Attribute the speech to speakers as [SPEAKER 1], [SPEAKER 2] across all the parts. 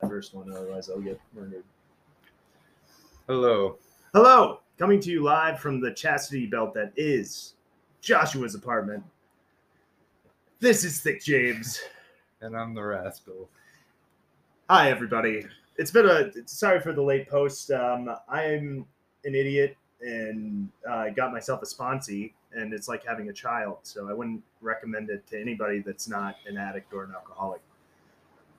[SPEAKER 1] first one, otherwise I'll get murdered.
[SPEAKER 2] Hello.
[SPEAKER 1] Hello, coming to you live from the chastity belt that is Joshua's apartment. This is Thick James.
[SPEAKER 2] And I'm the rascal.
[SPEAKER 1] Hi, everybody. It's been a sorry for the late post. Um, I'm an idiot and uh, got myself a sponsee, and it's like having a child. So I wouldn't recommend it to anybody that's not an addict or an alcoholic,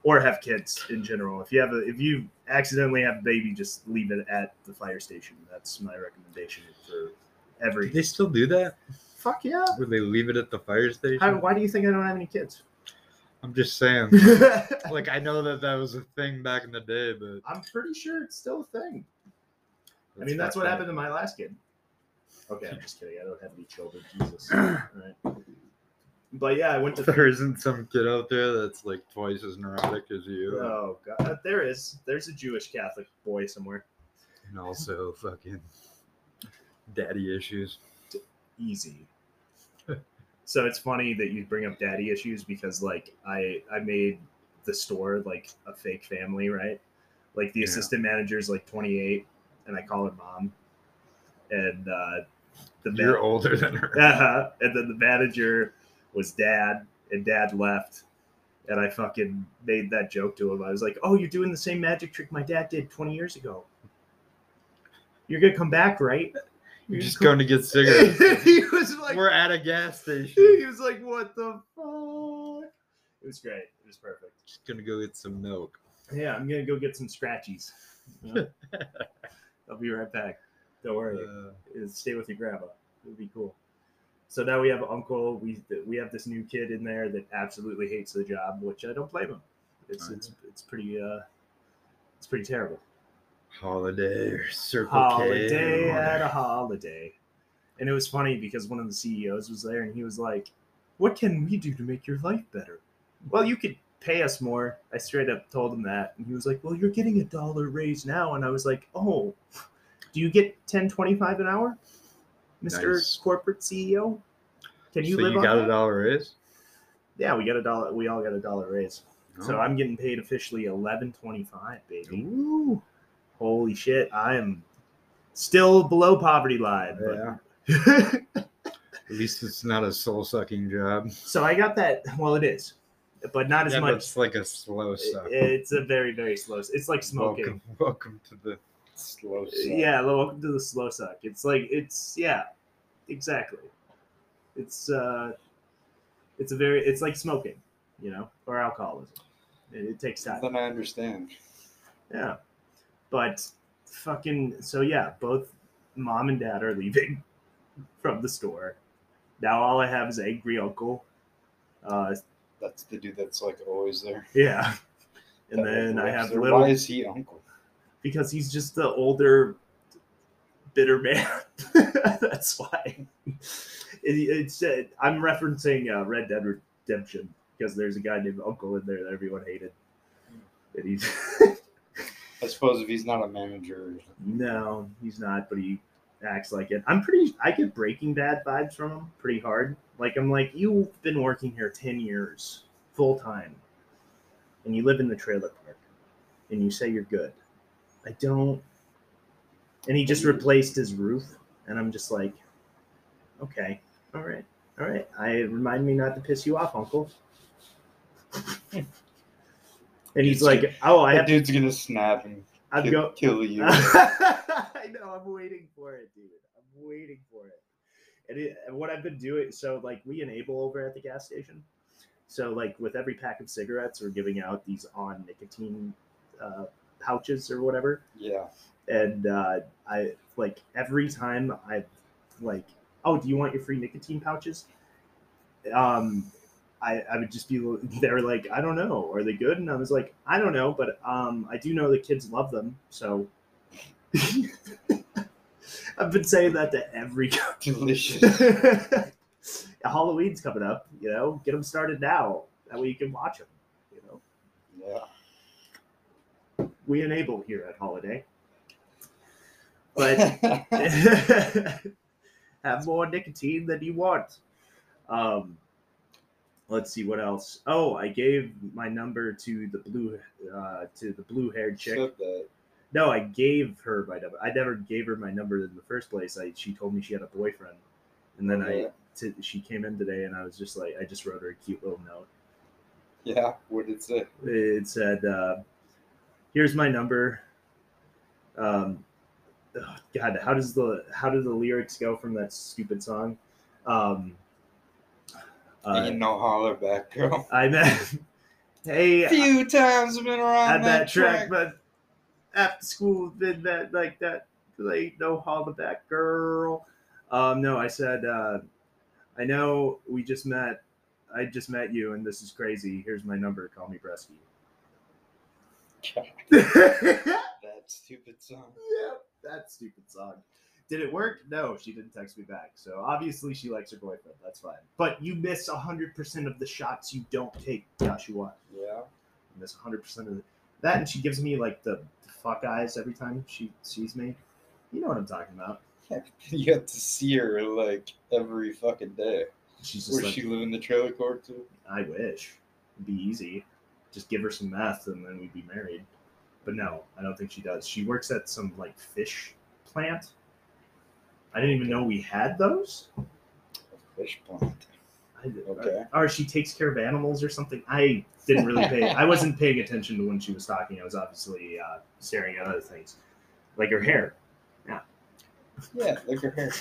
[SPEAKER 1] or have kids in general. If you have a, if you accidentally have a baby, just leave it at the fire station. That's my recommendation for
[SPEAKER 2] Do
[SPEAKER 1] every.
[SPEAKER 2] they still do that?
[SPEAKER 1] Fuck yeah.
[SPEAKER 2] Would they leave it at the fire station?
[SPEAKER 1] How, why do you think I don't have any kids?
[SPEAKER 2] I'm just saying. like I know that that was a thing back in the day, but
[SPEAKER 1] I'm pretty sure it's still a thing. I mean, that's what
[SPEAKER 2] not
[SPEAKER 1] happened to my last kid. Okay, I'm just kidding. I don't have any children. Jesus. All right. But yeah, I went to.
[SPEAKER 2] There isn't some kid out there that's like twice as neurotic as you,
[SPEAKER 1] Oh God, there is. There's a Jewish Catholic boy somewhere.
[SPEAKER 2] and also fucking daddy issues.
[SPEAKER 1] Easy. so it's funny that you bring up daddy issues because, like, I I made the store like a fake family, right? Like the
[SPEAKER 2] Yeah.
[SPEAKER 1] assistant manager's like 28, and I call her mom, and uh, the man-
[SPEAKER 2] You're older than her.
[SPEAKER 1] Uh-huh. And then the manager was dad, and dad left. And I fucking made that joke to him. I was like, oh, you're doing the same magic trick my dad did 20 years ago. You're going to come back, right?
[SPEAKER 2] You're just
[SPEAKER 1] gonna
[SPEAKER 2] going to get cigarettes.
[SPEAKER 1] he was like,
[SPEAKER 2] We're at a gas station.
[SPEAKER 1] he was like, what the fuck? It was great. It was perfect.
[SPEAKER 2] Just gonna go get some milk.
[SPEAKER 1] Yeah, I'm going to go get some scratchies. you know? I'll be right back. Don't worry
[SPEAKER 2] Uh,
[SPEAKER 1] is stay with your grandma. It would be cool. So now we have uncle. We we have this new kid in there that absolutely hates the job, which I don't blame him. It's
[SPEAKER 2] Alright.
[SPEAKER 1] it's it's pretty uh, it's pretty terrible.
[SPEAKER 2] holiday or circle K or
[SPEAKER 1] Holiday at
[SPEAKER 2] whatever.
[SPEAKER 1] a holiday, and it was funny because one of the CEOs was there and he was like, "What can we do to make your life better?" Well, you could pay us more. I straight up told him that, and he was like, "Well, you're getting a dollar raise now," and I was like, "Oh, do you get ten twenty five an hour, Mister
[SPEAKER 2] Nice.
[SPEAKER 1] Corporate CEO? Can you
[SPEAKER 2] so
[SPEAKER 1] live
[SPEAKER 2] you
[SPEAKER 1] on
[SPEAKER 2] got
[SPEAKER 1] that?"
[SPEAKER 2] a dollar raise?
[SPEAKER 1] Yeah, we got a dollar. We all got a dollar raise. So
[SPEAKER 2] Oh.
[SPEAKER 1] I'm getting paid officially eleven twenty five, baby.
[SPEAKER 2] Ooh.
[SPEAKER 1] Holy shit, I am still below poverty line. but-
[SPEAKER 2] Yeah. At least it's not a soul sucking job.
[SPEAKER 1] so I got that. Well, it is, but not as
[SPEAKER 2] Yeah, but
[SPEAKER 1] much.
[SPEAKER 2] It's like a slow
[SPEAKER 1] It-
[SPEAKER 2] suck.
[SPEAKER 1] It's a very, very slow. It's like smoking.
[SPEAKER 2] Welcome, welcome to the slow suck.
[SPEAKER 1] Yeah, lo- welcome to the slow suck. It's like it's yeah, exactly. It's uh, it's a very. It's like smoking, you know, or alcoholism. It, it takes time.
[SPEAKER 2] Then I understand.
[SPEAKER 1] Yeah. But fucking so yeah, both mom and dad are leaving from the store. Now all I have is angry uncle. Uh
[SPEAKER 2] That's the dude that's like always there.
[SPEAKER 1] yeah. And
[SPEAKER 2] That, like,
[SPEAKER 1] then I
[SPEAKER 2] lives
[SPEAKER 1] have
[SPEAKER 2] there.
[SPEAKER 1] little
[SPEAKER 2] Why is he uncle?
[SPEAKER 1] because he's just the older bitter man. That's why. It, it's uh, I'm referencing uh, Red Dead Redemption because there's a guy named Uncle in there that everyone hated. And he's
[SPEAKER 2] I suppose if he's not a manager.
[SPEAKER 1] No, he's not, but he acts like it. I'm pretty I get breaking bad vibes from him pretty hard. Like I'm like, you've been working here ten years full time and you live in the trailer park and you say you're good. I don't and he just replaced his roof and I'm just like, Okay, all right, all right. I remind me not to piss you off, Uncle. and he's like, Oh, I
[SPEAKER 2] That
[SPEAKER 1] have to
[SPEAKER 2] dude's gonna snap and
[SPEAKER 1] I'd
[SPEAKER 2] kill,
[SPEAKER 1] go
[SPEAKER 2] kill you.
[SPEAKER 1] I know. I'm waiting for it, dude. I'm waiting for it. And, it, and what I've been doing, so like we enable over at the gas station. So like with every pack of cigarettes, we're giving out these on nicotine uh, pouches or whatever.
[SPEAKER 2] yeah.
[SPEAKER 1] And uh, I like every time I like, oh, do you want your free nicotine pouches? Um, I, I would just be they're like I don't know are they good and I was like I don't know but um I do know the kids love them so I've been saying that to every
[SPEAKER 2] Delicious.
[SPEAKER 1] Halloween's coming up you know get them started now that way you can watch them you know
[SPEAKER 2] yeah.
[SPEAKER 1] we enable here at Holiday but have more nicotine than you want. Um, let's see what else. Oh, I gave my number to the blue uh, to the blue haired chick.
[SPEAKER 2] Said that.
[SPEAKER 1] No, I gave her my number. I never gave her my number in the first place. I she told me she had a boyfriend, and then I
[SPEAKER 2] Yeah.
[SPEAKER 1] t- she came in today, and I was just like, I just wrote her a cute little note.
[SPEAKER 2] Yeah, what did it say?
[SPEAKER 1] It said, uh, "Here's my number." Um, oh, God, how does the how do the lyrics go from that stupid song? Um, uh,
[SPEAKER 2] Ain't no holler back, girl.
[SPEAKER 1] I met. hey,
[SPEAKER 2] Few times I've been
[SPEAKER 1] had
[SPEAKER 2] around
[SPEAKER 1] that track, but after school did that like that like no holla back girl. Um no, I said uh I know we just met I just met you and this is crazy. Here's my number, call me Bresky.
[SPEAKER 2] God,
[SPEAKER 1] yeah,
[SPEAKER 2] that stupid song.
[SPEAKER 1] that stupid song. Did it work? No, she didn't text me back. So obviously she likes her boyfriend. That's fine. But you miss 100% of the shots you don't take, Joshua.
[SPEAKER 2] Yeah.
[SPEAKER 1] and that's 100 percent of the, that. And she gives me like the fuck eyes every time she sees me. You know what I'm talking about?
[SPEAKER 2] You have to see her like every fucking day.
[SPEAKER 1] She's just
[SPEAKER 2] Where
[SPEAKER 1] like,
[SPEAKER 2] she live in the trailer court too?
[SPEAKER 1] I wish it'd be easy. Just give her some meth and then we'd be married. But no, I don't think she does. She works at some like fish plant. I didn't even know we had those.
[SPEAKER 2] Fish plant.
[SPEAKER 1] I,
[SPEAKER 2] Okay.
[SPEAKER 1] Or she takes care of animals or something. I didn't really pay. I wasn't paying attention to when she was talking. I was obviously uh, staring at other things, like her hair.
[SPEAKER 2] Yeah, look at her.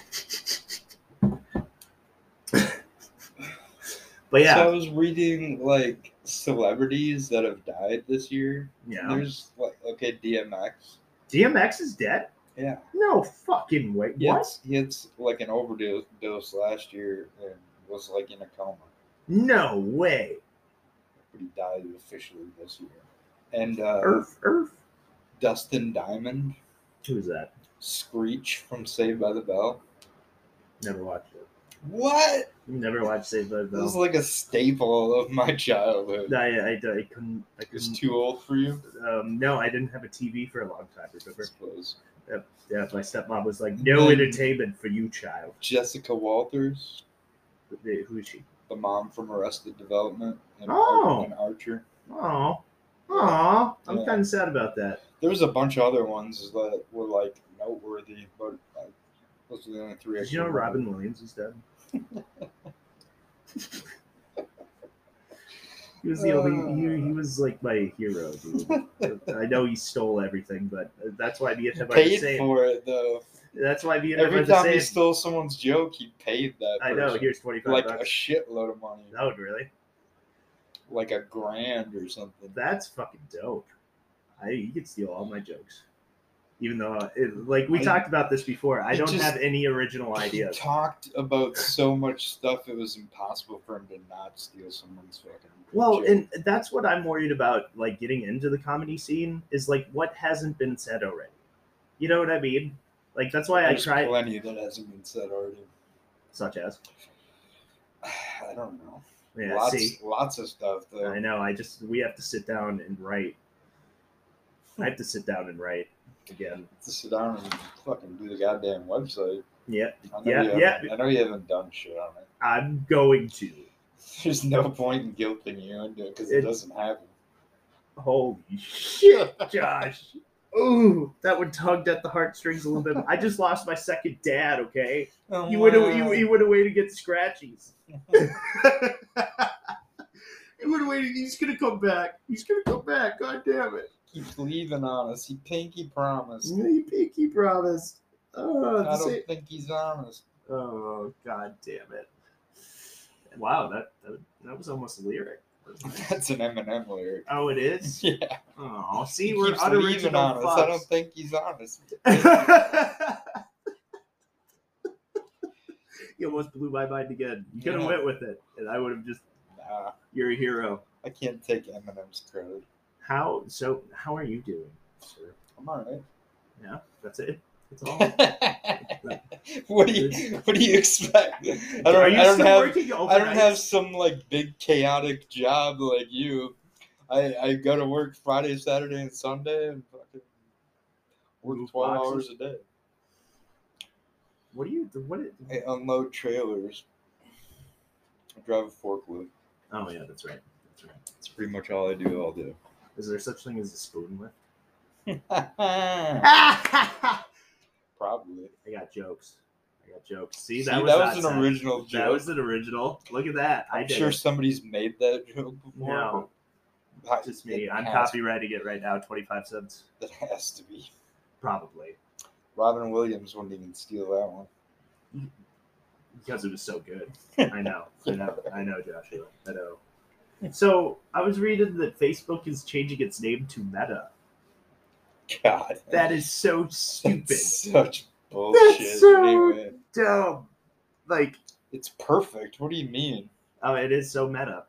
[SPEAKER 1] But yeah,
[SPEAKER 2] So I was reading like celebrities that have died this year.
[SPEAKER 1] yeah.
[SPEAKER 2] There's like okay, DMX.
[SPEAKER 1] DMX is dead?
[SPEAKER 2] Yeah.
[SPEAKER 1] No fucking way.
[SPEAKER 2] He had-
[SPEAKER 1] What?
[SPEAKER 2] He had s- like an overdose dose last year and was like in a coma.
[SPEAKER 1] No way.
[SPEAKER 2] But he died officially this year. And uh,
[SPEAKER 1] Earth, Earth.
[SPEAKER 2] Dustin Diamond,
[SPEAKER 1] Who is that?
[SPEAKER 2] Screech from Saved by the Bell.
[SPEAKER 1] Never watched it.
[SPEAKER 2] What?
[SPEAKER 1] Never watched Saved by the
[SPEAKER 2] That was
[SPEAKER 1] Bell.
[SPEAKER 2] like a staple of my childhood.
[SPEAKER 1] I, I, I couldn't. I
[SPEAKER 2] It's
[SPEAKER 1] couldn't.
[SPEAKER 2] too old for you.
[SPEAKER 1] Um, no, I didn't have a TV for a long time.
[SPEAKER 2] I
[SPEAKER 1] Remember?
[SPEAKER 2] suppose.
[SPEAKER 1] Yeah, my stepmom was like, "No
[SPEAKER 2] Then-
[SPEAKER 1] entertainment for you, child."
[SPEAKER 2] Jessica Walters,
[SPEAKER 1] But they- Who is she?
[SPEAKER 2] the mom from Arrested Development and, Ar-
[SPEAKER 1] Oh.
[SPEAKER 2] and Archer.
[SPEAKER 1] Oh, oh, I'm
[SPEAKER 2] Yeah.
[SPEAKER 1] kind of sad about that.
[SPEAKER 2] There was a bunch of other ones that were like noteworthy, but like, those are the only three. I
[SPEAKER 1] Did you know
[SPEAKER 2] can remember.
[SPEAKER 1] Robin Williams is dead? he was the only. He, he was like my hero, dude. I know he stole everything, but that's why me and him are the
[SPEAKER 2] Paid
[SPEAKER 1] same.
[SPEAKER 2] for it though.
[SPEAKER 1] That's why me and him
[SPEAKER 2] Every
[SPEAKER 1] are the
[SPEAKER 2] time he
[SPEAKER 1] same.
[SPEAKER 2] stole someone's joke, he paid that.
[SPEAKER 1] I know.
[SPEAKER 2] person,
[SPEAKER 1] Here's twenty five
[SPEAKER 2] like a
[SPEAKER 1] bucks.
[SPEAKER 2] shitload of money,
[SPEAKER 1] That would really.
[SPEAKER 2] like a grand or something.
[SPEAKER 1] That's fucking dope. I you could steal all my jokes, even though it, like we
[SPEAKER 2] I-
[SPEAKER 1] talked about this before. I
[SPEAKER 2] It
[SPEAKER 1] don't
[SPEAKER 2] just-
[SPEAKER 1] have any original
[SPEAKER 2] He
[SPEAKER 1] ideas.
[SPEAKER 2] talked about so much stuff; it was impossible for him to not steal someone's fucking.
[SPEAKER 1] Well,
[SPEAKER 2] joke.
[SPEAKER 1] and that's what I'm worried about, like getting into the comedy scene is like what hasn't been said already. You know what I mean? Like that's why I
[SPEAKER 2] There's
[SPEAKER 1] try,
[SPEAKER 2] plenty that hasn't been said already.
[SPEAKER 1] such as
[SPEAKER 2] I don't know.
[SPEAKER 1] yeah.
[SPEAKER 2] lots,
[SPEAKER 1] see,
[SPEAKER 2] lots of stuff though.
[SPEAKER 1] I know. I just we have to sit down and write. I have to sit down and write again.
[SPEAKER 2] to sit down and fucking do the goddamn website.
[SPEAKER 1] Yeah,
[SPEAKER 2] I know
[SPEAKER 1] Yeah,
[SPEAKER 2] you
[SPEAKER 1] yeah.
[SPEAKER 2] haven't- I know you haven't done shit on it.
[SPEAKER 1] I'm going to.
[SPEAKER 2] There's no point in guilting you into it because it,
[SPEAKER 1] It-
[SPEAKER 2] doesn't happen.
[SPEAKER 1] Holy shit, Josh! Ooh, that one tugged at the heartstrings a little bit. I just lost my second dad. Okay, he went away. He, he went away to get scratchies. he went away. He's gonna come back. He's gonna come back. God damn it!
[SPEAKER 2] keep leaving on us. He pinky promised.
[SPEAKER 1] You pinky promise. Oh,
[SPEAKER 2] I
[SPEAKER 1] this
[SPEAKER 2] don't think he's honest.
[SPEAKER 1] ain't- oh, god damn it! Wow, that that, that was almost a lyric.
[SPEAKER 2] That's an Eminem lyric.
[SPEAKER 1] Oh, it is.
[SPEAKER 2] Yeah,
[SPEAKER 1] Oh, see,
[SPEAKER 2] he
[SPEAKER 1] we're
[SPEAKER 2] keeps leaving
[SPEAKER 1] unoriginal
[SPEAKER 2] on us. I don't
[SPEAKER 1] fucks.
[SPEAKER 2] think he's honest.
[SPEAKER 1] You almost blew my mind again. You could have
[SPEAKER 2] Yeah.
[SPEAKER 1] went with it, and I would have just.
[SPEAKER 2] Nah,
[SPEAKER 1] You're a hero.
[SPEAKER 2] I can't take Eminem's credit.
[SPEAKER 1] How so? How are you doing, sir?
[SPEAKER 2] I'm alright.
[SPEAKER 1] Yeah, that's it. That's all.
[SPEAKER 2] what do you What do you expect? I don't,
[SPEAKER 1] are you
[SPEAKER 2] I don't
[SPEAKER 1] still
[SPEAKER 2] have
[SPEAKER 1] working
[SPEAKER 2] I
[SPEAKER 1] overnight?
[SPEAKER 2] don't have some like big chaotic job like you. I, I go to work Friday, Saturday, and Sunday, and fucking work
[SPEAKER 1] Move
[SPEAKER 2] twelve
[SPEAKER 1] boxes?
[SPEAKER 2] hours a day.
[SPEAKER 1] What do you? What?
[SPEAKER 2] I unload trailers. I drive a forklift.
[SPEAKER 1] Oh yeah, that's right. That's right.
[SPEAKER 2] That's pretty much all I do all day.
[SPEAKER 1] Is there such thing as a spoon lift?
[SPEAKER 2] Probably.
[SPEAKER 1] I got jokes. I got jokes. See,
[SPEAKER 2] See,
[SPEAKER 1] that was, not
[SPEAKER 2] an
[SPEAKER 1] said.
[SPEAKER 2] original joke.
[SPEAKER 1] That was an original. Look at that. I
[SPEAKER 2] I'm
[SPEAKER 1] did
[SPEAKER 2] sure
[SPEAKER 1] it.
[SPEAKER 2] somebody's made that joke before.
[SPEAKER 1] No.
[SPEAKER 2] but that-
[SPEAKER 1] Just me.
[SPEAKER 2] that
[SPEAKER 1] I'm
[SPEAKER 2] has-
[SPEAKER 1] copyrighting it right now. Twenty five cents,
[SPEAKER 2] That has to be.
[SPEAKER 1] probably,
[SPEAKER 2] Robin Williams wouldn't even steal that one.
[SPEAKER 1] because it was so good. I know. I know. I know, Joshua. I know. So I was reading that Facebook is changing its name to Meta.
[SPEAKER 2] God.
[SPEAKER 1] That is so
[SPEAKER 2] that's
[SPEAKER 1] stupid,
[SPEAKER 2] such bullshit.
[SPEAKER 1] so-
[SPEAKER 2] Anyway,
[SPEAKER 1] dumb. Like,
[SPEAKER 2] it's perfect. What do you mean?
[SPEAKER 1] oh, it is so meta.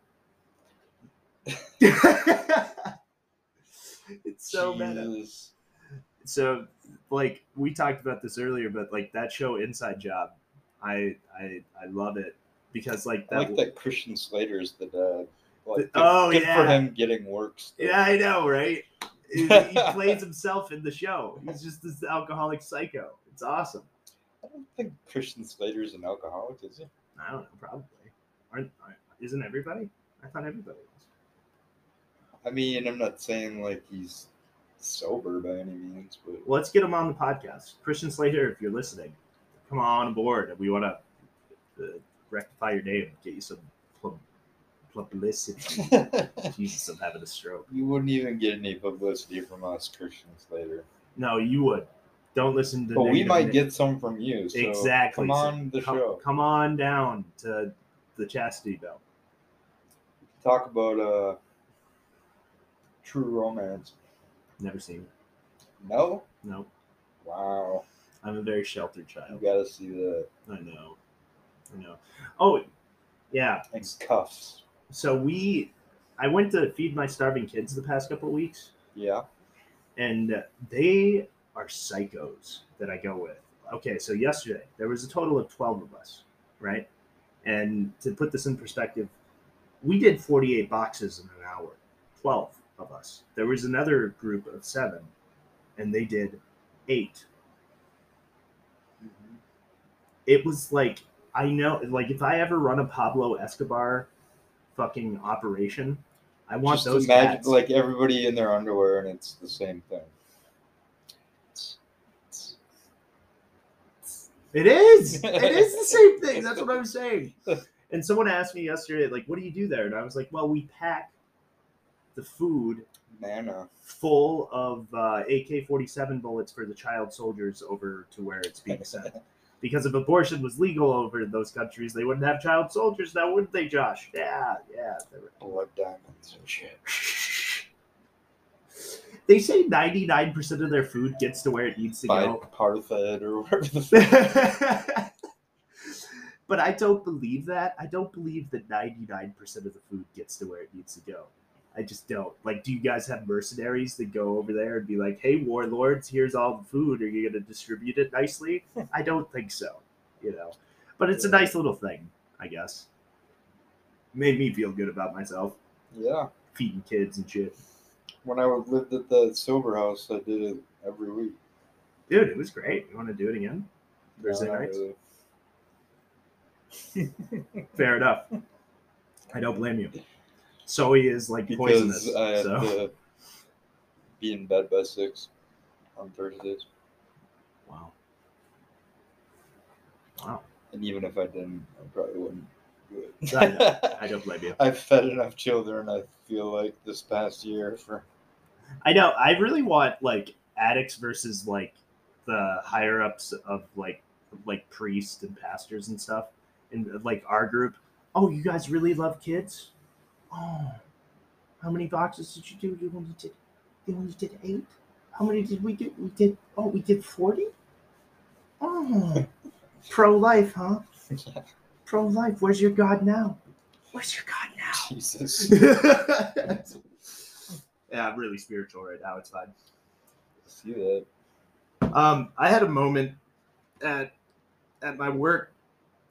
[SPEAKER 1] it's so meta.
[SPEAKER 2] Jesus.
[SPEAKER 1] so like we talked about this earlier but like that show inside job i i i love it because like
[SPEAKER 2] I
[SPEAKER 1] that
[SPEAKER 2] like that Christian Slater is the dad. Like, good,
[SPEAKER 1] Oh,
[SPEAKER 2] good for
[SPEAKER 1] yeah.
[SPEAKER 2] him getting work. still.
[SPEAKER 1] yeah i know right he, he plays himself in the show he's just this alcoholic psycho it's awesome
[SPEAKER 2] I don't think Christian Slater is an alcoholic, is he?
[SPEAKER 1] i don't know probably aren't aren't- isn't everybody i thought everybody was
[SPEAKER 2] I mean, I'm not saying like he's sober by any means, but
[SPEAKER 1] Well, let's get him on the podcast christian slater if you're listening come on board we want to uh, rectify your name get you some pub- publicity jesus i'm having a stroke
[SPEAKER 2] you wouldn't even get any publicity from us, Christian Slater.
[SPEAKER 1] No, you would. Don't listen to.
[SPEAKER 2] But we
[SPEAKER 1] negative
[SPEAKER 2] might
[SPEAKER 1] Nick.
[SPEAKER 2] get some from you. So
[SPEAKER 1] Exactly.
[SPEAKER 2] Come
[SPEAKER 1] So
[SPEAKER 2] on the
[SPEAKER 1] come,
[SPEAKER 2] show.
[SPEAKER 1] come on down to the chastity belt.
[SPEAKER 2] Talk about uh, true romance.
[SPEAKER 1] Never seen it.
[SPEAKER 2] No.
[SPEAKER 1] No,
[SPEAKER 2] Wow.
[SPEAKER 1] I'm a very sheltered
[SPEAKER 2] You
[SPEAKER 1] child.
[SPEAKER 2] gotta see the
[SPEAKER 1] I know. I know. Oh, yeah.
[SPEAKER 2] and cuffs.
[SPEAKER 1] So we, I went to feed my starving kids the past couple weeks,
[SPEAKER 2] Yeah.
[SPEAKER 1] and they are psychos that I go with. Okay, so yesterday there was a total of twelve of us, right? And to put this in perspective, we did 48 boxes in an hour 12 of us there was another group of seven and they did eight Mm-hmm. it was like i know like if i ever run a pablo escobar fucking operation i want
[SPEAKER 2] Just
[SPEAKER 1] those
[SPEAKER 2] imagine
[SPEAKER 1] cats.
[SPEAKER 2] like everybody in their underwear, and it's the same thing.
[SPEAKER 1] it is it is the same thing that's what i'm saying and someone asked me yesterday like what do you do there and i was like well we pack the food
[SPEAKER 2] Nana.
[SPEAKER 1] full of uh, AK-47 bullets for the child soldiers over to where it's being sent. because if abortion was legal over in those countries, they wouldn't have child soldiers now, wouldn't they, Josh? Yeah, yeah. they're right.
[SPEAKER 2] blood diamonds and shit.
[SPEAKER 1] They say 99% of their food gets to where it needs to go.
[SPEAKER 2] Bipartite or whatever the fuck.
[SPEAKER 1] but I don't believe that. I don't believe that 99% of the food gets to where it needs to go. I just don't. Like, do you guys have mercenaries that go over there and be like, hey, warlords, here's all the food. Are you going to distribute it nicely? I don't think so, you know. But it's a nice little thing, I guess. Made me feel good about myself,
[SPEAKER 2] yeah.
[SPEAKER 1] feeding kids and shit.
[SPEAKER 2] When I lived at the sober house, I did it every week.
[SPEAKER 1] Dude, it was great. You want to do it again? Thursday
[SPEAKER 2] No, not
[SPEAKER 1] nights?
[SPEAKER 2] really.
[SPEAKER 1] Fair enough. I don't blame you. So he is like poisonous.
[SPEAKER 2] Because I had
[SPEAKER 1] so.
[SPEAKER 2] to be in bed by six on Thursdays.
[SPEAKER 1] Wow. Wow.
[SPEAKER 2] And even if I didn't, I probably wouldn't do it.
[SPEAKER 1] I know. I don't blame you.
[SPEAKER 2] I've fed enough children, I feel like, this past year for
[SPEAKER 1] I know. I really want like addicts versus like the higher ups of like like priests and pastors and stuff, and like our group. Oh, you guys really love kids. Oh, how many boxes did you do? You only did. You only did eight. How many did we do? We did. Oh, we did forty. Oh, pro life, huh? Pro life. Where's your God now? Where's your God now?
[SPEAKER 2] Jesus.
[SPEAKER 1] yeah, I'm really spiritual right now. It's fine.
[SPEAKER 2] See that?
[SPEAKER 1] Um, I had a moment at at my work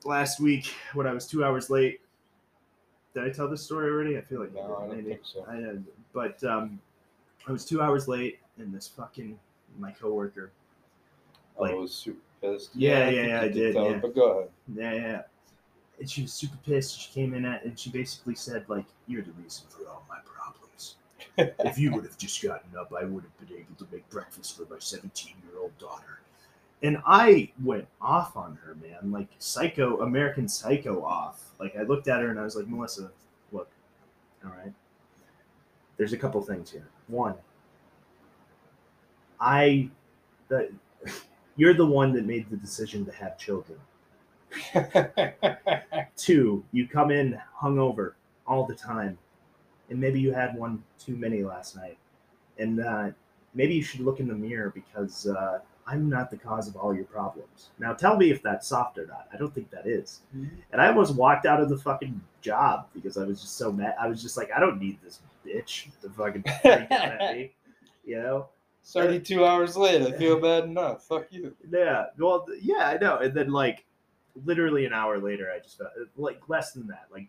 [SPEAKER 1] last week when I was two hours late. Did I tell this story already? I feel like I
[SPEAKER 2] No, I
[SPEAKER 1] did,
[SPEAKER 2] don't
[SPEAKER 1] maybe.
[SPEAKER 2] think so.
[SPEAKER 1] I did, but um, I was two hours late, and this fucking my coworker.
[SPEAKER 2] I
[SPEAKER 1] Like-
[SPEAKER 2] was super pissed.
[SPEAKER 1] Yeah,
[SPEAKER 2] I
[SPEAKER 1] yeah,
[SPEAKER 2] think
[SPEAKER 1] yeah,
[SPEAKER 2] you
[SPEAKER 1] I did,
[SPEAKER 2] tell it,
[SPEAKER 1] yeah.
[SPEAKER 2] But go ahead.
[SPEAKER 1] Yeah, yeah. and she was super pissed. She came in at and she basically said, like, you're the reason for all my problems. if you would have just gotten up, I would have been able to make breakfast for my 17 year old daughter. And I went off on her, man, like psycho, American psycho off. Like I looked at her and I was like, Melissa, look, all right. There's a couple things here. One, I, the, you're the one that made the decision to have children. Two, you come in hungover all the time, and maybe you had one too many last night, and uh, maybe you should look in the mirror because uh, I'm not the cause of all your problems. Now tell me if that's soft or not. I don't think that is. And I almost walked out of the fucking job because I was just so mad. I was just like, I don't need this bitch to fucking freak out at me, you know.
[SPEAKER 2] 32 hours late. I feel bad enough. Fuck you.
[SPEAKER 1] Yeah. Well, th- yeah, I know. And then like literally an hour later, I just felt uh, like less than that. Like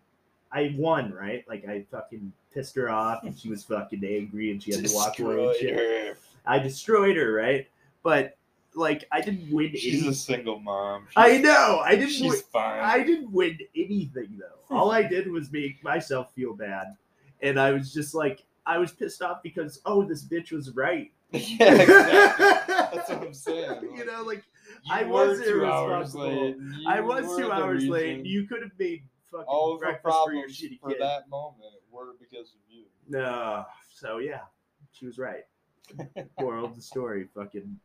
[SPEAKER 1] I won, right? Like I fucking pissed her off and she was fucking angry and she had to walk away. and shit.
[SPEAKER 2] Destroyed her.
[SPEAKER 1] I destroyed her, right? But like I didn't win
[SPEAKER 2] She's
[SPEAKER 1] any-
[SPEAKER 2] a single mom.
[SPEAKER 1] I know. I didn't win
[SPEAKER 2] She's fine.
[SPEAKER 1] I didn't win anything though. All I did was make myself feel bad. And I was just like I was pissed off because oh this bitch was right.
[SPEAKER 2] yeah, exactly. That's what I'm saying.
[SPEAKER 1] you know, like
[SPEAKER 2] You
[SPEAKER 1] I
[SPEAKER 2] were
[SPEAKER 1] was
[SPEAKER 2] two hours
[SPEAKER 1] irresponsible.
[SPEAKER 2] late.
[SPEAKER 1] I
[SPEAKER 2] You
[SPEAKER 1] was
[SPEAKER 2] were
[SPEAKER 1] two
[SPEAKER 2] the
[SPEAKER 1] hours late.
[SPEAKER 2] reason.
[SPEAKER 1] You could have made fucking
[SPEAKER 2] all of her
[SPEAKER 1] breakfast for your
[SPEAKER 2] problems
[SPEAKER 1] shitty
[SPEAKER 2] for
[SPEAKER 1] kid.
[SPEAKER 2] that moment were because of you.
[SPEAKER 1] No. So yeah, she was right. Moral of the story, fucking,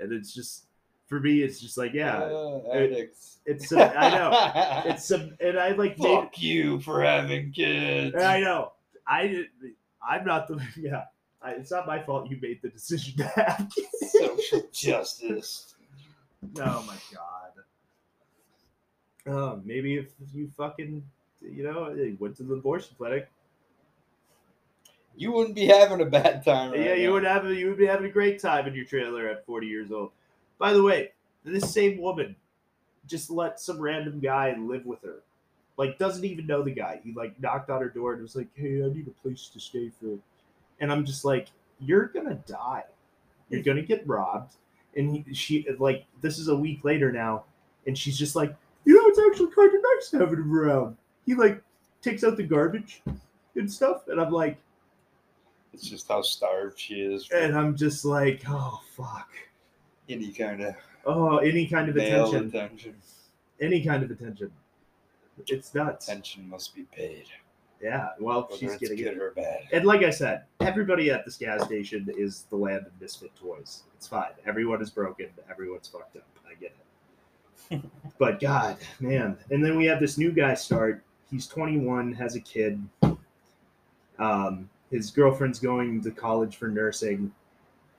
[SPEAKER 1] and it's just for me. It's just like yeah,
[SPEAKER 2] Uh,
[SPEAKER 1] it-
[SPEAKER 2] addicts.
[SPEAKER 1] it's some, I know
[SPEAKER 2] know.
[SPEAKER 1] it's some, and I like made,
[SPEAKER 2] Fuck you for having kids.
[SPEAKER 1] and I know I didn't. I'm not the yeah. I, it's not my fault you made the decision to have. kids.
[SPEAKER 2] Social justice.
[SPEAKER 1] oh my god. Um, maybe if you fucking you know went to the abortion clinic,
[SPEAKER 2] You wouldn't be having a bad time. Right
[SPEAKER 1] yeah, you
[SPEAKER 2] now.
[SPEAKER 1] would have you would be having a great time in your trailer at 40 years old. By the way, this same woman just let some random guy live with her. Like doesn't even know the guy. He like knocked on her door and was like, "Hey, I need a place to stay for." And I'm just like, "You're going to die. You're going to get robbed." And he, she like this is a week later now and she's just like, "You know, it's actually kind of nice having him around." He like takes out the garbage and stuff and I'm like,
[SPEAKER 2] It's just how starved she is for
[SPEAKER 1] and I'm just like, oh fuck.
[SPEAKER 2] any kind of
[SPEAKER 1] Oh, any kind of
[SPEAKER 2] male
[SPEAKER 1] attention.
[SPEAKER 2] attention.
[SPEAKER 1] Any kind of attention. It's nuts.
[SPEAKER 2] Attention must be paid.
[SPEAKER 1] Yeah. Well,
[SPEAKER 2] Whether
[SPEAKER 1] Oh, she's
[SPEAKER 2] it's
[SPEAKER 1] getting
[SPEAKER 2] good
[SPEAKER 1] it.
[SPEAKER 2] or bad.
[SPEAKER 1] And like I said, everybody at this gas station is the land of misfit toys. It's fine. Everyone is broken. Everyone's fucked up. I get it. but God, man. And then we have this new guy start. He's 21, has a kid. Um, his girlfriend's going to college for nursing.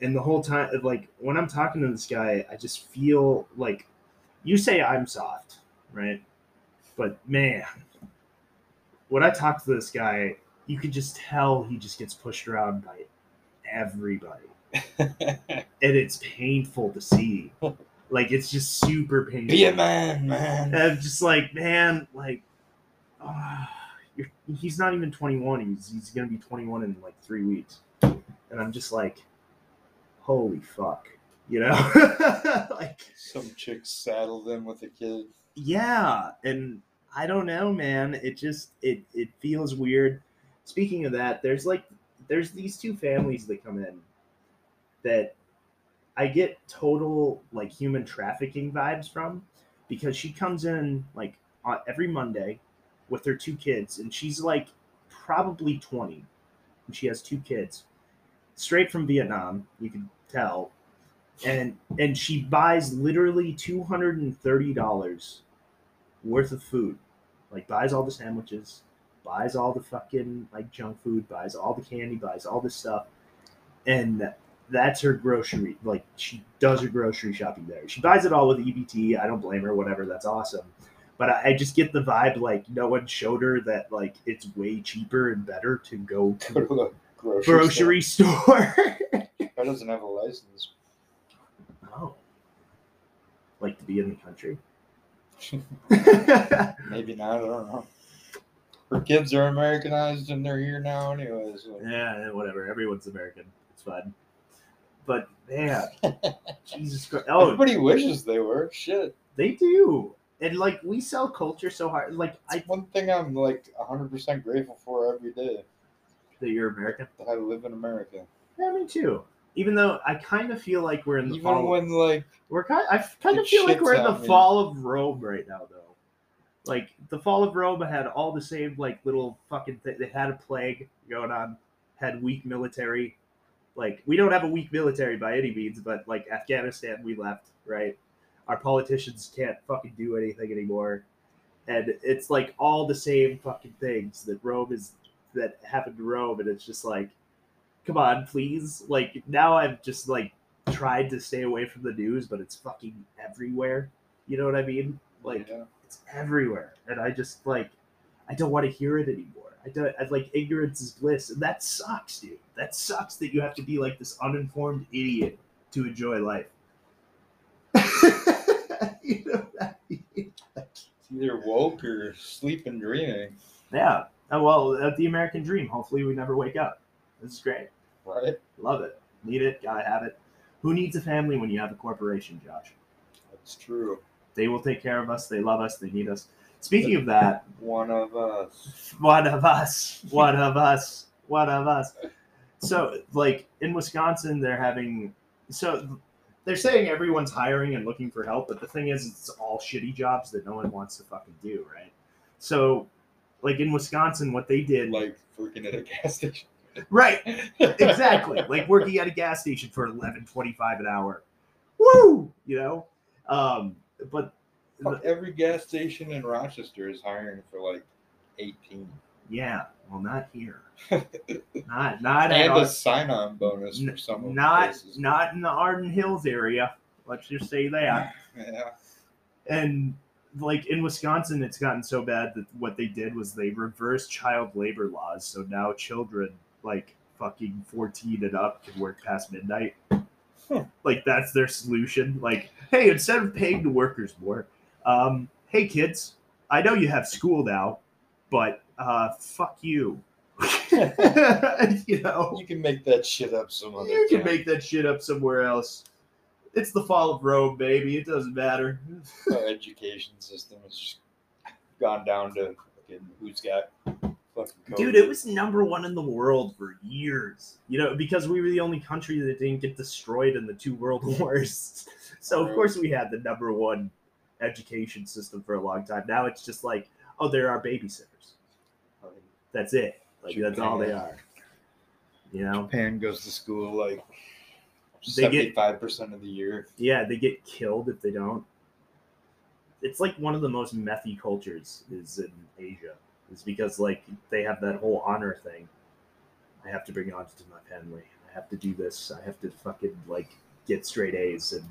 [SPEAKER 1] And the whole time, like when I'm talking to this guy, I just feel like you say I'm soft, right? But man, when I talk to this guy, you could just tell he just gets pushed around by everybody and it's painful to see like it's just super painful
[SPEAKER 2] be a man, man.
[SPEAKER 1] And i'm just like man like ah, you're, he's not even 21 he's, he's gonna be 21 in like three weeks and i'm just like holy fuck you know like
[SPEAKER 2] Some chicks saddled him with a kid.
[SPEAKER 1] yeah and i don't know man it just it it feels weird speaking of that there's like there's these two families that come in that i get total like human trafficking vibes from because she comes in like on, every monday with her two kids and she's like probably 20 and she has two kids straight from vietnam you can tell and and she buys literally two hundred and thirty dollars worth of food, like buys all the sandwiches, buys all the fucking like junk food, buys all the candy, buys all this stuff, and that's her grocery. Like she does her grocery shopping there. She buys it all with EBT. I don't blame her. Whatever. That's awesome. But I, I just get the vibe like no one showed her that like it's way cheaper and better to go to
[SPEAKER 2] Go to a grocery. store.
[SPEAKER 1] grocery store.
[SPEAKER 2] That doesn't have a license.
[SPEAKER 1] Oh. Like to be in the country.
[SPEAKER 2] Maybe not. I don't know. Her kids are Americanized and they're here now, anyways. so-
[SPEAKER 1] yeah, whatever. Everyone's American. It's fine. But man, Jesus Christ! Oh,
[SPEAKER 2] Everybody wishes they were. Shit.
[SPEAKER 1] they do. And like we sell culture so hard, like I
[SPEAKER 2] It's one thing I'm like 100% grateful for every day
[SPEAKER 1] that you're American.
[SPEAKER 2] that I live in America.
[SPEAKER 1] Yeah, me too. Even though I kind of feel like we're in the
[SPEAKER 2] Even
[SPEAKER 1] fall.
[SPEAKER 2] when like
[SPEAKER 1] we're kind. I f- kind of
[SPEAKER 2] It
[SPEAKER 1] feel like
[SPEAKER 2] shits
[SPEAKER 1] we're in
[SPEAKER 2] on
[SPEAKER 1] the
[SPEAKER 2] me.
[SPEAKER 1] fall of Rome right now, though. Like the fall of Rome had all the same like little fucking. Th- they had a plague going on. Had weak military. Like we don't have a weak military by any means, but like Afghanistan, we left right. Our politicians can't fucking do anything anymore, and it's like all the same fucking things that Rome is that happened to Rome, and it's just like, come on, please. Like now, I've just like tried to stay away from the news, but it's fucking everywhere. You know what I mean? Like
[SPEAKER 2] yeah.
[SPEAKER 1] it's everywhere, and I just like I don't want to hear it anymore. I don't. I, like ignorance is bliss, and that sucks, dude. That sucks that you have to be like this uninformed idiot to enjoy life. you know what I mean?
[SPEAKER 2] it's either woke or sleep and dreaming,
[SPEAKER 1] Yeah. Oh, well, uh, the American dream. Hopefully, we never wake up. This is great.
[SPEAKER 2] right?
[SPEAKER 1] Love it. Need it. Gotta have it. Who needs a family when you have a corporation, Josh?
[SPEAKER 2] That's true.
[SPEAKER 1] They will take care of us. They love us. They need us. Speaking of that,
[SPEAKER 2] One of us.
[SPEAKER 1] one of us, one of us, one of us. So, like in Wisconsin, they're having so they're saying everyone's hiring and looking for help, but the thing is, it's all shitty jobs that no one wants to fucking do, right? So, like in Wisconsin, what they did,
[SPEAKER 2] Like working at a gas station.
[SPEAKER 1] right, exactly, like working at a gas station for eleven twenty-five an hour, woo, you know. Um, but
[SPEAKER 2] Fuck, Every gas station in Rochester is hiring for like 18.
[SPEAKER 1] yeah, well, not here, not not at
[SPEAKER 2] And
[SPEAKER 1] our-
[SPEAKER 2] a sign on bonus for
[SPEAKER 1] N-
[SPEAKER 2] some of the
[SPEAKER 1] not
[SPEAKER 2] places.
[SPEAKER 1] not in the Arden Hills area. Let's just say that.
[SPEAKER 2] Yeah.
[SPEAKER 1] And like in Wisconsin, it's gotten so bad that what they did was they reversed child labor laws. So now children like fucking fourteen and up can work past midnight.
[SPEAKER 2] Huh.
[SPEAKER 1] Like that's their solution. Like, hey, instead of paying the workers more, um, hey kids, I know you have school now, but uh, fuck you. you know,
[SPEAKER 2] You can make that shit up some other
[SPEAKER 1] you can
[SPEAKER 2] time.
[SPEAKER 1] make that shit up somewhere else. It's the fall of Rome, baby. It doesn't matter.
[SPEAKER 2] our education system has just gone down to fucking who's got fucking COVID.
[SPEAKER 1] Dude, it was number one in the world for years. You know, because we were the only country that didn't get destroyed in the two world wars. So of course we had the number one education system for a long time. Now it's just like, oh, there are babysitters. That's it. Like that's all they are. You know?
[SPEAKER 2] Japan goes to school like
[SPEAKER 1] They get-
[SPEAKER 2] seventy-five percent of the year.
[SPEAKER 1] Yeah, they get killed if they don't. It's like one of the most methy cultures is in Asia. It's because like they have that whole honor thing. I have to bring honor to my family. I have to do this. I have to fucking like get straight A's and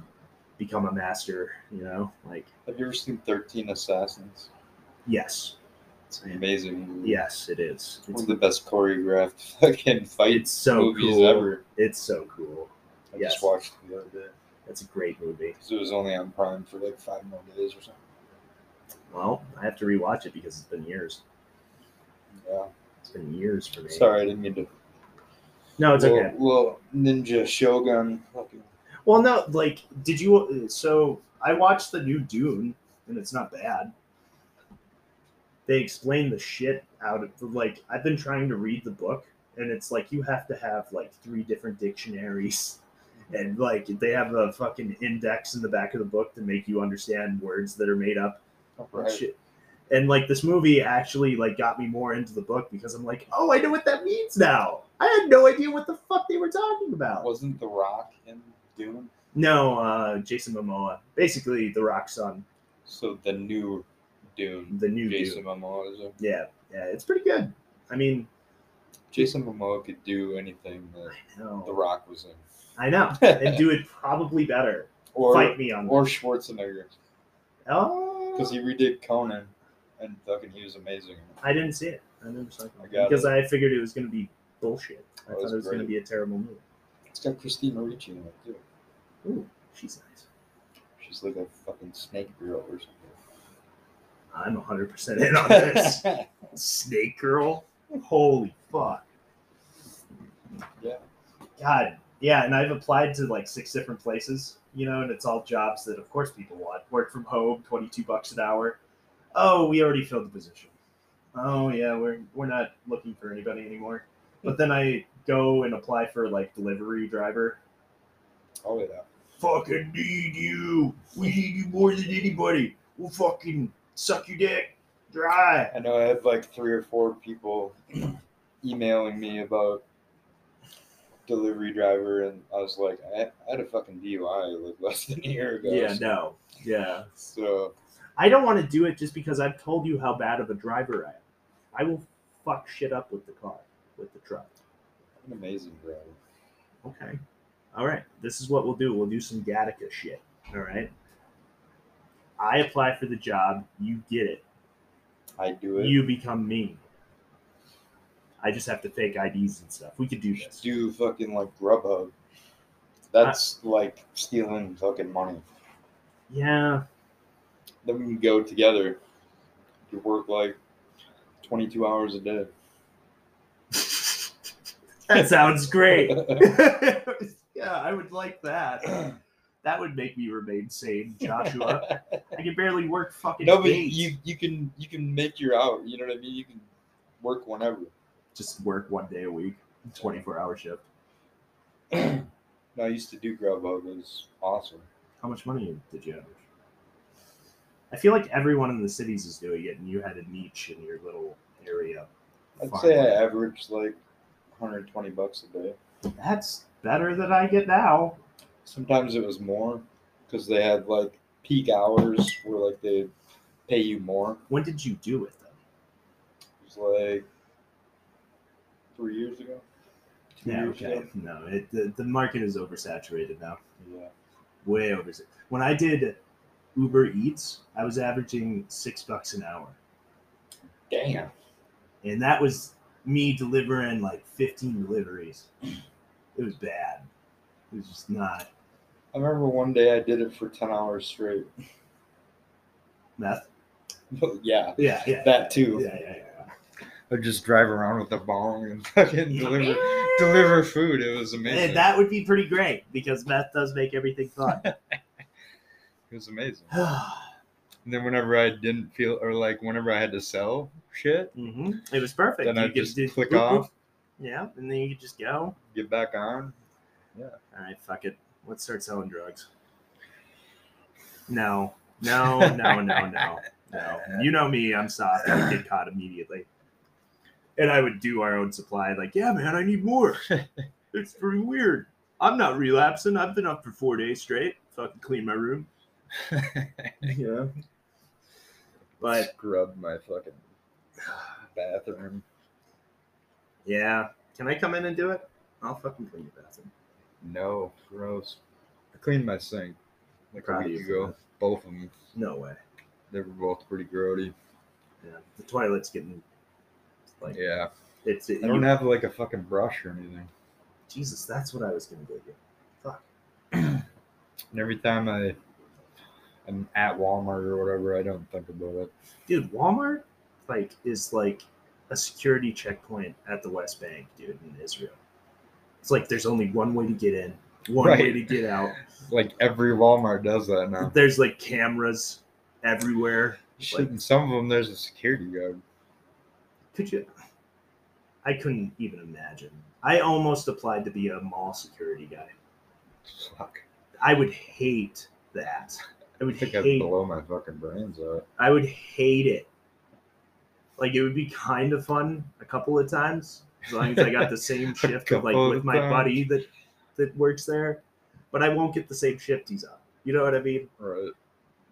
[SPEAKER 1] become a master. You know, like
[SPEAKER 2] Have you ever seen Thirteen Assassins?
[SPEAKER 1] yes,
[SPEAKER 2] It's an amazing. movie.
[SPEAKER 1] yes, it is.
[SPEAKER 2] one
[SPEAKER 1] It's,
[SPEAKER 2] of the best choreographed fucking
[SPEAKER 1] it's
[SPEAKER 2] fights
[SPEAKER 1] so
[SPEAKER 2] movies
[SPEAKER 1] cool.
[SPEAKER 2] ever.
[SPEAKER 1] It's so cool.
[SPEAKER 2] I
[SPEAKER 1] Yes.
[SPEAKER 2] just watched it the other day
[SPEAKER 1] That's a great movie.
[SPEAKER 2] because it was only on Prime for like five more days or something.
[SPEAKER 1] Well, I have to rewatch it because it's been years.
[SPEAKER 2] Yeah.
[SPEAKER 1] It's been years for me.
[SPEAKER 2] Sorry, I didn't mean to.
[SPEAKER 1] No, it's okay.
[SPEAKER 2] Well, Ninja Shogun. Fucking
[SPEAKER 1] Well, no, like, did you? So I watched the new Dune, and it's not bad. They explain the shit out of like I've been trying to read the book, and it's like you have to have like three different dictionaries, and like they have a fucking index in the back of the book to make you understand words that are made up and
[SPEAKER 2] right.
[SPEAKER 1] shit. And like this movie actually like got me more into the book because I'm like, oh, I know what that means now. I had no idea what the fuck they were talking about.
[SPEAKER 2] Wasn't The Rock in Dune?
[SPEAKER 1] No, uh, Jason Momoa, basically the Rock son,
[SPEAKER 2] So the new Dune.
[SPEAKER 1] the new
[SPEAKER 2] Jason
[SPEAKER 1] dude.
[SPEAKER 2] Momoa is a,
[SPEAKER 1] Yeah, yeah, it's pretty good. I mean,
[SPEAKER 2] Jason Momoa could do anything that
[SPEAKER 1] I know,
[SPEAKER 2] The Rock was in,
[SPEAKER 1] I know, and do it probably better.
[SPEAKER 2] or
[SPEAKER 1] Fight me on
[SPEAKER 2] or Schwarzenegger,
[SPEAKER 1] that. Oh,
[SPEAKER 2] because he redid Conan, and fucking he was amazing.
[SPEAKER 1] I didn't see it. I never saw it
[SPEAKER 2] I got
[SPEAKER 1] because I figured it was going to be bullshit. I
[SPEAKER 2] That
[SPEAKER 1] thought
[SPEAKER 2] was
[SPEAKER 1] it was going to
[SPEAKER 2] great.
[SPEAKER 1] be a terrible movie.
[SPEAKER 2] It's got Christina Ricci in it too.
[SPEAKER 1] Ooh, she's nice.
[SPEAKER 2] She's like a fucking snake girl or something.
[SPEAKER 1] I'm 100 percent in on this. Snake Girl. Holy fuck.
[SPEAKER 2] Yeah.
[SPEAKER 1] God yeah, and I've applied to like six different places, you know, and it's all jobs that, of course, people want. Work from home, twenty-two bucks an hour. Oh, we already filled the position. Oh yeah, we're we're not looking for anybody anymore. But then I go and apply for like delivery driver.
[SPEAKER 2] Oh yeah.
[SPEAKER 1] Fucking need you. We need you more than anybody. We'll fucking suck your dick dry.
[SPEAKER 2] I know I have like three or four people emailing me about delivery driver, and I was like, I, I had a fucking DUI like less than a year ago.
[SPEAKER 1] Yeah, no. Yeah.
[SPEAKER 2] So
[SPEAKER 1] I don't want to do it just because I've told you how bad of a driver I am. I will fuck shit up with the car, with the truck.
[SPEAKER 2] an amazing driver.
[SPEAKER 1] Okay. All right. This is what we'll do. We'll do some Gattaca shit. All right. I apply for the job. You get it.
[SPEAKER 2] I do it.
[SPEAKER 1] You become me. I just have to fake IDs and stuff. We could do
[SPEAKER 2] just
[SPEAKER 1] this.
[SPEAKER 2] do fucking like Grubhub. That's like stealing fucking money.
[SPEAKER 1] Yeah.
[SPEAKER 2] Then we can go together. You work like 22 hours a day.
[SPEAKER 1] That sounds great. yeah, I would like that. That would make me remain sane, Joshua. I can barely work fucking
[SPEAKER 2] no, but
[SPEAKER 1] days.
[SPEAKER 2] you you can you can make your hour. You know what I mean? You can work whenever.
[SPEAKER 1] just work one day a week, 24 hour shift.
[SPEAKER 2] No, I used to do Grubhub. It was awesome.
[SPEAKER 1] How much money did you average? I feel like everyone in the cities is doing it, and you had a niche in your little area.
[SPEAKER 2] I'd
[SPEAKER 1] Farm.
[SPEAKER 2] say I averaged like 120 bucks a day.
[SPEAKER 1] That's better than I get now.
[SPEAKER 2] Sometimes it was more because they had like peak hours where like they pay you more.
[SPEAKER 1] When did you do it, though?
[SPEAKER 2] It was like three years ago. Two
[SPEAKER 1] Yeah,
[SPEAKER 2] years
[SPEAKER 1] okay.
[SPEAKER 2] ago.
[SPEAKER 1] No, it, the, the market is oversaturated now.
[SPEAKER 2] Yeah.
[SPEAKER 1] Way oversaturated. When I did Uber Eats, I was averaging six bucks an hour.
[SPEAKER 2] Damn.
[SPEAKER 1] and that was me delivering like 15 deliveries. It was bad. It was just not
[SPEAKER 2] I remember one day I did it for 10 hours straight.
[SPEAKER 1] meth.
[SPEAKER 2] yeah.
[SPEAKER 1] Yeah, yeah,
[SPEAKER 2] That too.
[SPEAKER 1] yeah, yeah, yeah.
[SPEAKER 2] I'd just drive around with a bong and fucking deliver deliver food. It was amazing.
[SPEAKER 1] And that would be pretty great because meth does make everything fun.
[SPEAKER 2] it was amazing.
[SPEAKER 1] hmm
[SPEAKER 2] And then whenever I didn't feel or like whenever I had to sell shit,
[SPEAKER 1] It was perfect.
[SPEAKER 2] then
[SPEAKER 1] You
[SPEAKER 2] I'd
[SPEAKER 1] could
[SPEAKER 2] just
[SPEAKER 1] do-
[SPEAKER 2] click
[SPEAKER 1] boop, boop.
[SPEAKER 2] off,
[SPEAKER 1] Yeah, and then you could just go.
[SPEAKER 2] get back on.
[SPEAKER 1] All right, fuck it. Let's start selling drugs. No, no, no, no, no, no. You know me. I'm soft. I would get caught immediately. And I would do our own supply. Like, yeah, man, I need more. It's pretty weird. I'm not relapsing. I've been up for four days straight. Fucking clean my room. Yeah. But
[SPEAKER 2] Scrub my fucking bathroom.
[SPEAKER 1] yeah, can I come in and do it? I'll fucking clean your bathroom.
[SPEAKER 2] No, gross. I cleaned my sink like
[SPEAKER 1] Proud
[SPEAKER 2] a
[SPEAKER 1] of
[SPEAKER 2] week
[SPEAKER 1] you for
[SPEAKER 2] ago.
[SPEAKER 1] that.
[SPEAKER 2] Both of them.
[SPEAKER 1] No way.
[SPEAKER 2] They were both pretty grody.
[SPEAKER 1] Yeah. The toilet's getting like
[SPEAKER 2] yeah.
[SPEAKER 1] it's.
[SPEAKER 2] I don't have like a fucking brush or anything.
[SPEAKER 1] Jesus, that's what I was gonna do. Here.
[SPEAKER 2] And every time I am at Walmart or whatever, I don't think about it.
[SPEAKER 1] dude walmart like is like a security checkpoint at the west bank dude in israel it's like there's only one way to get in one way
[SPEAKER 2] Right.
[SPEAKER 1] to get out
[SPEAKER 2] Like every Walmart does that now.
[SPEAKER 1] there's like cameras everywhere
[SPEAKER 2] Shit, and some of them there's a security guard.
[SPEAKER 1] could you i couldn't even imagine i almost applied to be a mall security guy
[SPEAKER 2] Fuck.
[SPEAKER 1] i would hate that i
[SPEAKER 2] I
[SPEAKER 1] would
[SPEAKER 2] think
[SPEAKER 1] hate
[SPEAKER 2] I'd blow my fucking brains out.
[SPEAKER 1] I would hate it. Like it would be kind of fun a couple of times as long as I got the same shift of like
[SPEAKER 2] couple
[SPEAKER 1] with
[SPEAKER 2] of
[SPEAKER 1] my
[SPEAKER 2] times.
[SPEAKER 1] buddy that that works there, but I won't get the same shift he's on. You know what I mean?
[SPEAKER 2] Right.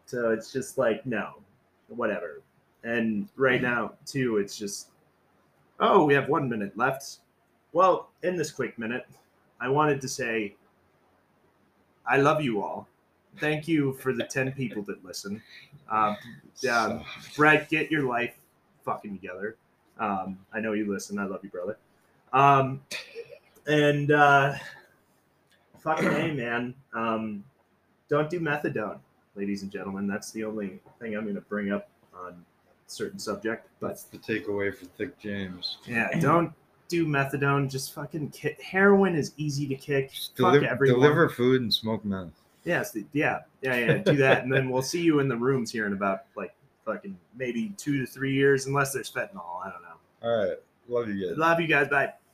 [SPEAKER 1] So it's just like no, whatever. And right now too, it's just oh we have one minute left. Well, in this quick minute, I wanted to say I love you all. Thank you for the ten people that listen. Um, Yeah.
[SPEAKER 2] So-
[SPEAKER 1] Brett, get your life fucking together. Um, I know you listen. I love you, brother. Um, and uh, fucking a man. Um, don't do methadone, ladies and gentlemen. That's the only thing I'm going to bring up on a certain subject. But
[SPEAKER 2] That's the takeaway for Thick James.
[SPEAKER 1] yeah, don't do methadone. Just fucking kick. heroin is easy to kick.
[SPEAKER 2] Deliver,
[SPEAKER 1] Fuck everyone.
[SPEAKER 2] deliver food and smoke meth.
[SPEAKER 1] Yes, th- yeah, yeah, yeah. Do that, and then we'll see you in the rooms here in about like fucking maybe two to three years, unless there's fentanyl. I don't know.
[SPEAKER 2] All right. Love you guys.
[SPEAKER 1] Love you guys. Bye.